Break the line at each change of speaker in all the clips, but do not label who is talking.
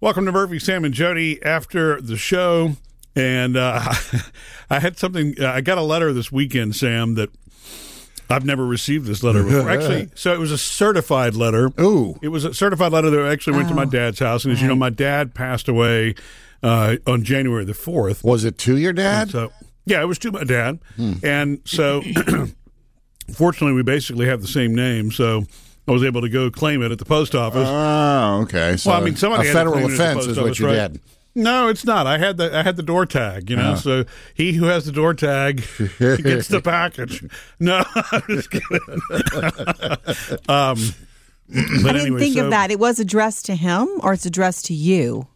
Welcome to Murphy, Sam, and Jody after the show. And uh, I had something, uh, I got a letter this weekend, Sam, that I've never received this letter before. Actually, so it was a certified letter.
Ooh.
It was a certified letter that actually went to my dad's house. And as you know, my dad passed away uh, on January the 4th.
Was it to your dad?
So yeah, it was to my dad, and so fortunately, we basically have the same name, so I was able to go claim it at the post office.
Oh, okay. So
well, I mean, somebody
a
had to
federal
claim it at the
offense
post
is what
office,
you
right?
did.
No, it's not. I had the I had the door tag, you know. So he who has the door tag gets the package. No, I'm just kidding. um, but
I didn't
anyway,
think
so-
of that. It was addressed to him or it's addressed to you,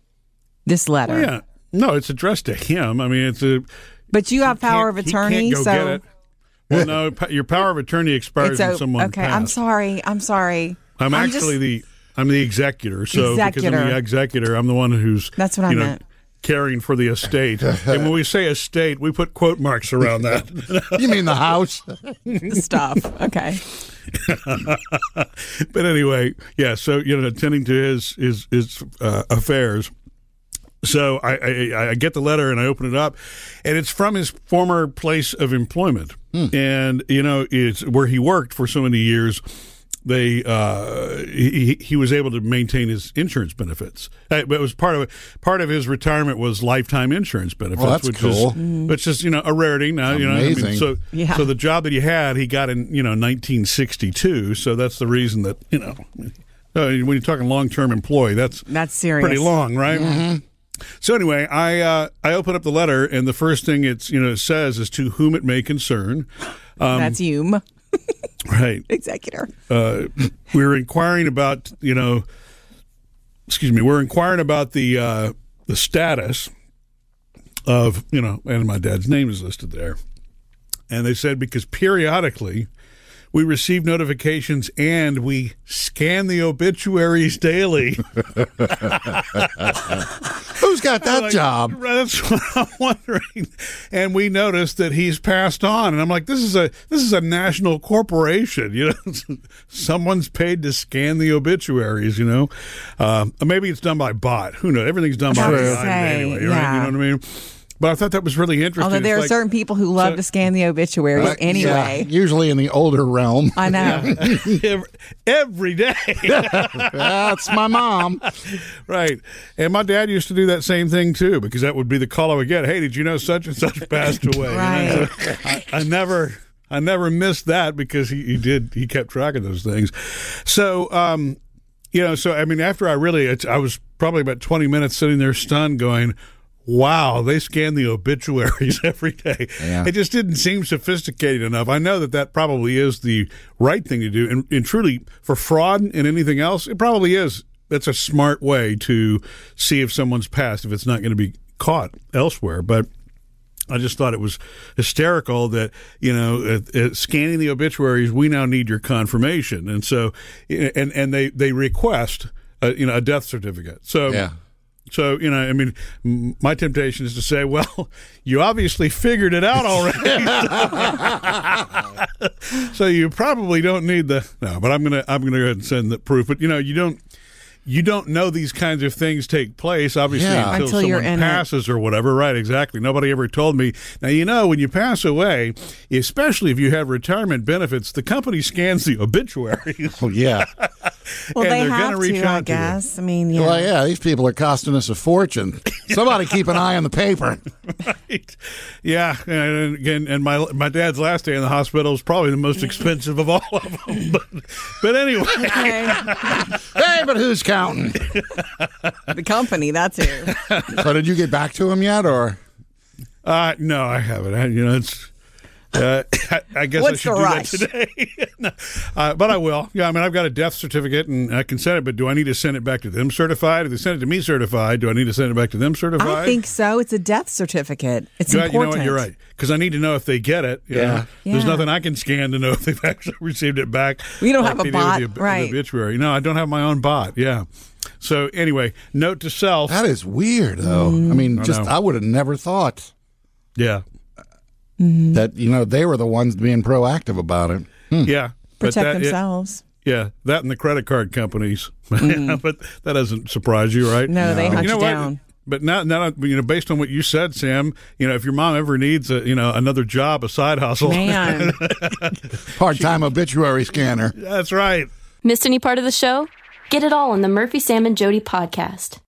this letter.
Yeah, no, it's addressed to him. I mean, it's a
But you have power of
can't-
attorney,
He can't go
so
get it. Well, no, pa- your power of attorney expires
it's
when
o-
someone
okay. I'm
passed.
sorry. I'm sorry.
I'm actually
just-
the I'm the executor. So because I'm the
Executor.
executor, I'm the one who's
That's what I
you know,
meant.
Caring for the estate, and when we say estate, we put quote marks around that.
You mean the house?
stuff. Okay.
but anyway, yeah. So you know, attending to his his his uh, affairs. So I, I I get the letter and I open it up, and it's from his former place of employment,
Hmm.
and you know it's where he worked for so many years. They uh, he he- he was able to maintain his insurance benefits. Uh, It was part of part of his retirement was lifetime insurance benefits,
that's
which
cool.
is which is you know a rarity now. You know, I mean,
Amazing.
so
Yeah.
so the job that he had, he got in you know 1962. So that's the reason that you know uh, when you're talking long term employee, that's
That's serious.
pretty long, right? So anyway, I uh, I open up the letter, and the first thing it's you know it says is to whom it may concern. Um,
That's you, m-
Right,
executor.
uh, we were inquiring about you know, excuse me, we're inquiring about the uh, the status of you know, and my dad's name is listed there, and they said because periodically we receive notifications and we scan the obituaries daily.
Who's got that
Like,
job?
Right, that's what I'm wondering. And we noticed that he's passed on, and I'm like, this is a this is a national corporation. You know, someone's paid to scan the obituaries. You know, um, maybe it's done by bot. Who knows? Everything's done by
About to
AI anyway,
say,
right? You
yeah.
know what I mean? But I thought that was really interesting.
Although there are
It's like-
certain people who love to scan the obituaries
But,
anyway.
yeah, usually in the older realm.
I know.
every- every day,
That's my mom.
right? And my dad used to do that same thing too, because that would be the call I would get. Hey, did you know such and such passed away? You know,
Right.
I, I never I never missed that because he, he did he kept track of those things. So um you know, so I mean after I really it's, I was probably about 20 minutes sitting there stunned going Wow, they scan the obituaries every day.
Yeah.
It just didn't seem sophisticated enough. I know that that probably is the right thing to do, and, and truly for fraud and anything else, it probably is. That's a smart way to see if someone's passed if it's not going to be caught elsewhere. But I just thought it was hysterical that you know, uh, uh, scanning the obituaries, we now need your confirmation, and so, and and they they request, uh, you know, a death certificate. So
Yeah.
So you know, I mean, m- my temptation is to say, well, you obviously figured it out already, so you probably don't need the no. But I'm gonna I'm gonna go ahead and send the proof. But you know, you don't you don't know these kinds of things take place obviously
Yeah.
until,
Until you're
someone
in it.
passes divorces or whatever. Right, exactly. Nobody ever told me. Now, you know, when you pass away, especially if you have retirement benefits, the company scans the obituaries.
Oh, yeah.
Well,
And
they
they're gonna
have
reach
to, I
out to you.
guess. I mean, yeah.
Well, yeah, these people are costing us a fortune. Somebody keep an eye on the paper.
Right. Yeah, and again, and my my dad's last day in the hospital is probably the most expensive of all of them. But, but anyway.
Okay.
Hey, but who's counting?
the company, that's who.
So did you get back to him yet, or
Uh, no, I haven't. I, you know, it's. Uh, I, I guess I
What's
should
the
do
rush?
that today, No. uh, but I will. Yeah, I mean, I've got a death certificate and I can send it. But do I need to send it back to them certified? If they send it to me certified, do I need to send it back to them certified?
I think so. It's a death certificate. It's
You, know- you know
important.
what? You're right because I need to know if they get it. you
Yeah.
know. There's
Yeah.
nothing I can scan to know if they've actually received it back.
We don't have a
they did with
bot,
the ob- the
right.
obituary. No, I don't have my own bot. Yeah. So anyway, note to self.
that is weird though. I mean, just
know.
I would have never thought
yeah.
that you know they were the ones being proactive about it.
Yeah. But
Protect
that- it-
themselves.
Yeah, that and the credit card companies. but that doesn't surprise you, right?
Mm-hmm. No, they hunt
you know
you
what?
down.
But now, now, you know, based on what you said, Sam, you know, if your mom ever needs a, you know, another job, a side hustle,
Man,
Part time obituary scanner.
that's right.
Missed any part of the show? Get it all on the Murphy, Sam, and Jody podcast.